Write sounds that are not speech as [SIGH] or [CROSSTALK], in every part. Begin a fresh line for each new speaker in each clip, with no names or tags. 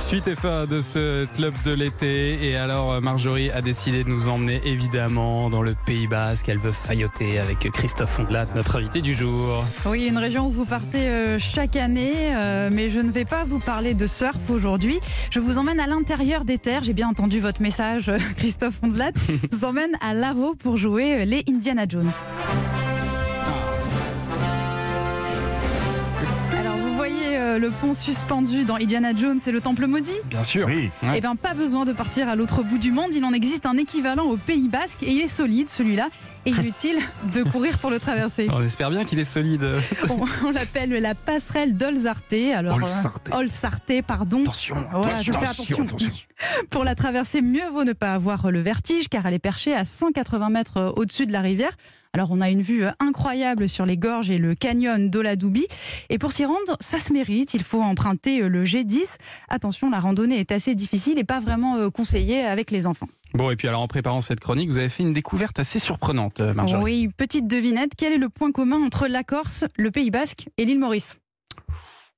Suite et fin de ce club de l'été. Et alors, euh, Marjorie a décidé de nous emmener évidemment dans le Pays Basque. Elle veut failloter avec Christophe Ondelat, notre invité du jour.
Oui, une région où vous partez euh, chaque année, euh, mais je ne vais pas vous parler de surf aujourd'hui. Je vous emmène à l'intérieur des terres. J'ai bien entendu votre message, euh, [LAUGHS] Christophe Ondelat. Je vous emmène à Laro pour jouer euh, les Indiana Jones. Alors, vous voyez euh, le pont suspendu dans Indiana Jones et le Temple maudit
Bien sûr.
Oui,
Ouais.
Eh bien, pas besoin de partir à l'autre bout du monde. Il en existe un équivalent au Pays Basque et il est solide, celui-là. Et inutile de courir pour le traverser.
On espère bien qu'il est solide.
On, on [LAUGHS] l'appelle la passerelle d'Olzarte. Alors, euh,
Olsarte.
Olsarte, pardon.
Attention.
Voilà, je fais attention. [LAUGHS] Pour la traverser, mieux vaut ne pas avoir le vertige car elle est perchée à 180 mètres euh, au-dessus de la rivière. Alors on a une vue euh, incroyable sur les gorges et le canyon d'Oladoubi. Et pour s'y rendre, ça se mérite. Il faut emprunter euh, le G10. Attention, la randonnée est assez difficile et pas vraiment euh, conseillée avec les enfants.
[LAUGHS] Bon, et puis alors, en préparant cette chronique, vous avez fait une découverte assez surprenante, euh, Marjorie.
Oui, petite devinette. Quel est le point commun entre la Corse, le Pays Basque et l'île Maurice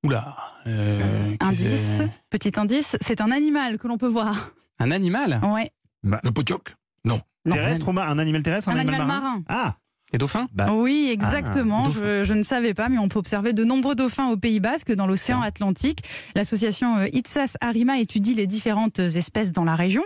Oula. euh, qu'est-ce que
Indice,
c'est
petit indice, c'est un animal que l'on peut voir.
Un animal
Ouais.
Le potioc
Non.
Bah, Terrestre ou ma- un animal terrestre, un,
Un animal
Ah,
Des dauphins
Ah.
Oui, exactement.
Ah,
je, je ne savais pas, mais on peut observer de nombreux dauphins au Pays Basque, dans l'océan Atlantique. L'association euh, Itzas Arima étudie les différentes euh, espèces dans la région.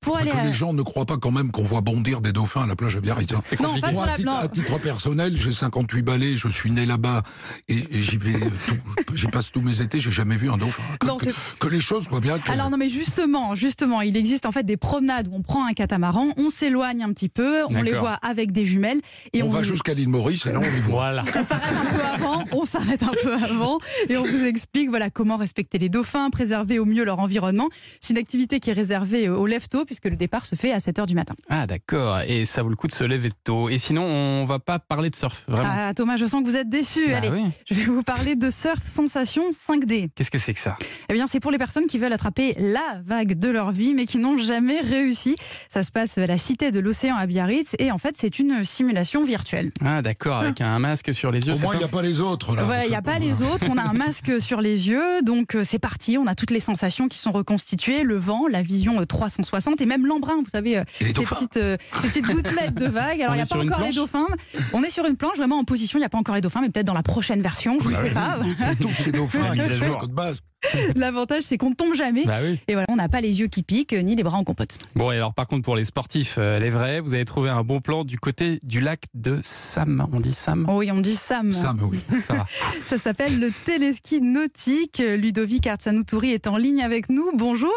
Pour
Parce
aller
que
à...
les gens ne croient pas quand même qu'on voit bondir des dauphins à la plage de Biarritz. hein.
C'est
Non,
compliqué.
pas sur
Moi,
la
à titre,
plage.
à titre personnel, j'ai 58 balais, je suis né là-bas et, et j'y vais, euh, tout- j'y passe tous mes étés, j'ai jamais vu un dauphin. Que,
Non,
que- [LAUGHS]
c'est-
que les choses soient bien claires.
Alors non mais justement, justement, il existe en fait des promenades où on prend un catamaran, on s'éloigne un petit peu, on les
D'accord.
voit avec des jumelles et
on,
on,
va
vous-
jusqu'à l'île Maurice et là on les voit.
Voilà.
on s'arrête un peu avant, on s'arrête un peu avant et on vous explique voilà comment respecter les dauphins, préserver au mieux leur environnement. C'est une activité qui est réservée aux leftos puisque le départ se fait à 7h du matin.
Ah, d'accord. Et ça vaut le coup de se lever tôt. Et sinon, on va pas parler de surf, vraiment.
Ah, Thomas, je sens que vous êtes déçu.
Bah
Allez,
oui.
je vais vous parler de surf sensation 5D.
Qu'est-ce que c'est que ça
Eh bien, c'est pour les personnes qui veulent attraper la vague de leur vie, mais qui n'ont jamais réussi. Ça se passe à la Cité de l'Océan à Biarritz, et en fait, c'est une simulation virtuelle.
Ah, d'accord, avec un masque sur les yeux.
Au
c'est
moins, il
ça
n'y a pas les autres.
Ah,
Là,
voilà,
on
il n'y
sait
a pas
où,
les
hein.
autres. On a
[LAUGHS]
un masque sur les yeux, donc euh, c'est parti. On a toutes les sensations qui sont reconstituées le vent, la vision euh, 360, et même l'embrun. Vous savez, euh,
Et les
ces
dauphins. [LAUGHS]
petites, euh,
[LAUGHS]
ces petites gouttelettes de vagues. Alors,
On
il
est
n'y a
sur
pas
une
encore les
planche
dauphins. On est sur une planche, vraiment en position. Il n'y a pas encore les dauphins, mais peut-être dans la prochaine version.
Ah
Je ne
Oui,
sais
oui,
pas.
Tous ces dauphins
Mise à
qui sont
jour.
sur la côte basque.
[LAUGHS] L'avantage, c'est qu'on ne tombe jamais.
Bah oui.
Et voilà, on n'a pas les yeux qui piquent, euh, ni les bras en compote.
Bon, et alors par contre, pour les sportifs, euh, les vrais, vous avez trouvé un bon plan du côté du lac de Sam. On dit
[LAUGHS]
Sam
Oui, on dit Sam.
Sam, oui.
Oh. Ça va.
Ça s'appelle le téléski nautique. Euh, Ludovic Artsanoutouri est en ligne avec nous. Bonjour.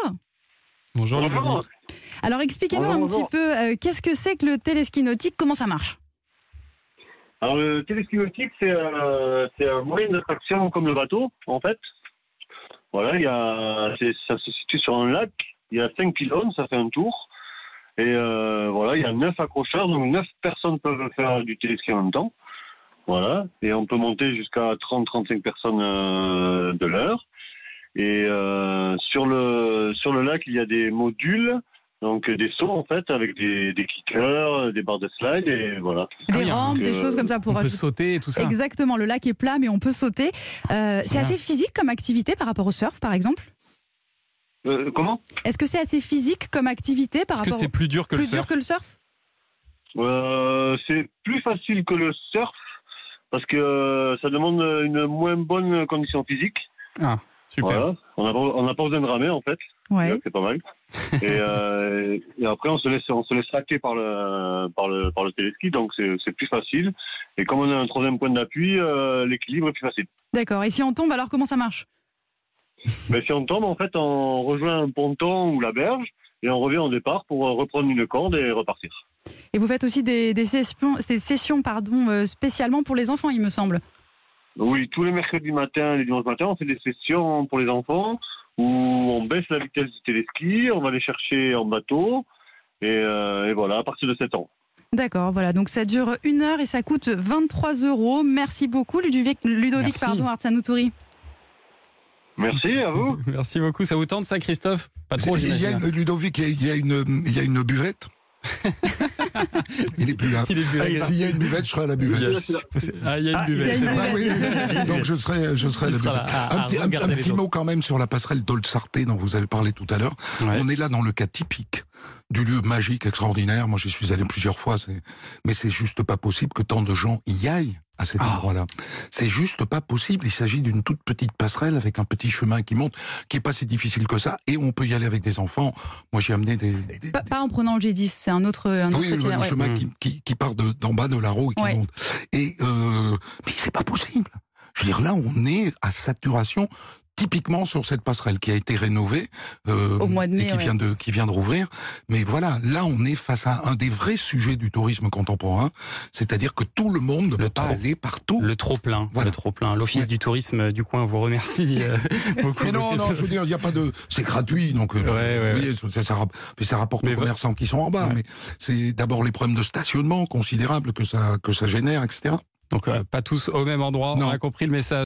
Bonjour,
Bonjour.
Ludovic.
Alors, expliquez-nous
Bonjour,
un
bonjour.
petit peu euh, qu'est-ce que c'est que le téléski nautique, comment ça marche
Alors, le téléski nautique, c'est euh, c'est un moyen d'attraction comme le bateau, en fait. Voilà, il y a, c'est- ça se situe sur un lac. Il y a cinq pylônes, ça fait un tour. Et euh, voilà, il y a neuf accrocheurs, donc neuf personnes peuvent faire du téléski en même temps. Voilà, et on peut monter jusqu'à 30-35 personnes euh, de l'heure. Et euh, sur le sur le lac, il y a des modules, donc euh, des sauts en fait, avec des, des kickers, des barres de slide, et voilà.
Ah
Des
oui,
rampes,
donc,
des
euh,
choses comme ça pour.
On peut sauter hein. et tout ça.
Exactement, le lac est plat, mais on peut sauter. Euh, c'est
Bien.
assez physique comme activité par rapport au surf, par exemple
Euh, comment
Est-ce que c'est assez physique comme activité par
Est-ce que
rapport
c'est plus dur que
plus
le
dur
surf
que le surf
Euh, c'est plus facile que le surf parce que euh, ça demande une moins bonne condition physique.
Ah, super.
Voilà. On n'a pas- on n'a pas besoin de ramer en fait.
Ouais.
Donc, C'est pas mal. et, euh, et après on se laisse on se laisse hacker par le par le par le téléski donc c'est c'est plus facile. Et comme on a un troisième point d'appui, euh, l'équilibre est plus facile.
D'accord. Et si on tombe, alors comment ça marche
Mais si on tombe en fait on rejoint un ponton ou la berge et on revient au départ pour euh, reprendre une corde et repartir.
Et vous faites aussi des, des sessions, des sessions pardon, euh, spécialement pour les enfants, il me semble.
Oui, tous les mercredis matin, les dimanches matins, on fait des sessions pour les enfants où on baisse la vitesse du téléski, on va les chercher en bateau. Et, euh, et voilà, à partir de 7 ans.
D'accord, voilà. Donc ça dure une heure et ça coûte 23 euros. Merci beaucoup, Ludovic, Ludovic
Merci.
pardon, Artsanoutouri.
Merci à vous.
[LAUGHS] Merci beaucoup. Ça vous tente ça, Christophe Pas trop,
Il y a
j'imagine.
[LAUGHS]
une- Ludovic, il y a- il y a une, il y a une buvette. Ah, Il n'est plus là.
Ah, Il est plus là.
S'il y a une buvette, je serai à la buvette.
Yes. Ah, il y a une buvette,
Ah,
c'est
il y a une
vrai.
Ah
[LAUGHS]
oui, donc je serai, je serai à
Il
la
sera
buvette.
là à- à
un petit, un-
regarder
un
les
petit
autres.
mot quand même sur la passerelle d'Olsarté dont vous avez parlé tout à l'heure.
Ouais.
On est là dans le cas typique du lieu magique, extraordinaire. Moi, j'y suis allé plusieurs fois, c'est- mais c'est juste pas possible que tant de gens y aillent à cet
Ah.
endroit-là. C'est juste pas possible. Il s'agit d'une toute petite passerelle avec un petit chemin qui monte, qui est pas si difficile que ça, et on peut y aller avec des enfants. Moi, j'ai amené des, des-
Pas, pas en prenant le G10, c'est un autre, un autre
oui, le,
itinéraire,
le
ouais.
chemin
Mm.
qui, qui, qui part de- d'en bas de la roue et qui
Ouais.
monte. Et euh, mais c'est pas possible. Je veux dire, là, on est à saturation typiquement sur cette passerelle qui a été rénovée euh,
Au mois de mai,
et qui
ouais.
vient de qui vient de rouvrir. Mais voilà, là, on est face à un des vrais sujets du tourisme contemporain, c'est-à-dire que tout le monde ne
Le
peut pas
trop.
aller partout.
Le trop plein,
Voilà.
le trop plein. L'office
Ouais.
du tourisme euh, du coin vous remercie euh, beaucoup.
[LAUGHS] Mais non,
Donc,
non, je veux dire, il n'y a pas de. C'est gratuit, donc. euh,
Ouais, ouais,
oui, ça, ça, rap- mais ça rapporte
Mais
aux
vo-
commerçants qui sont en bas.
Ouais.
Mais c'est d'abord les problèmes de stationnement considérables que ça que ça génère, etc.
Donc euh, pas tous au même endroit. On
Non.
a compris le message.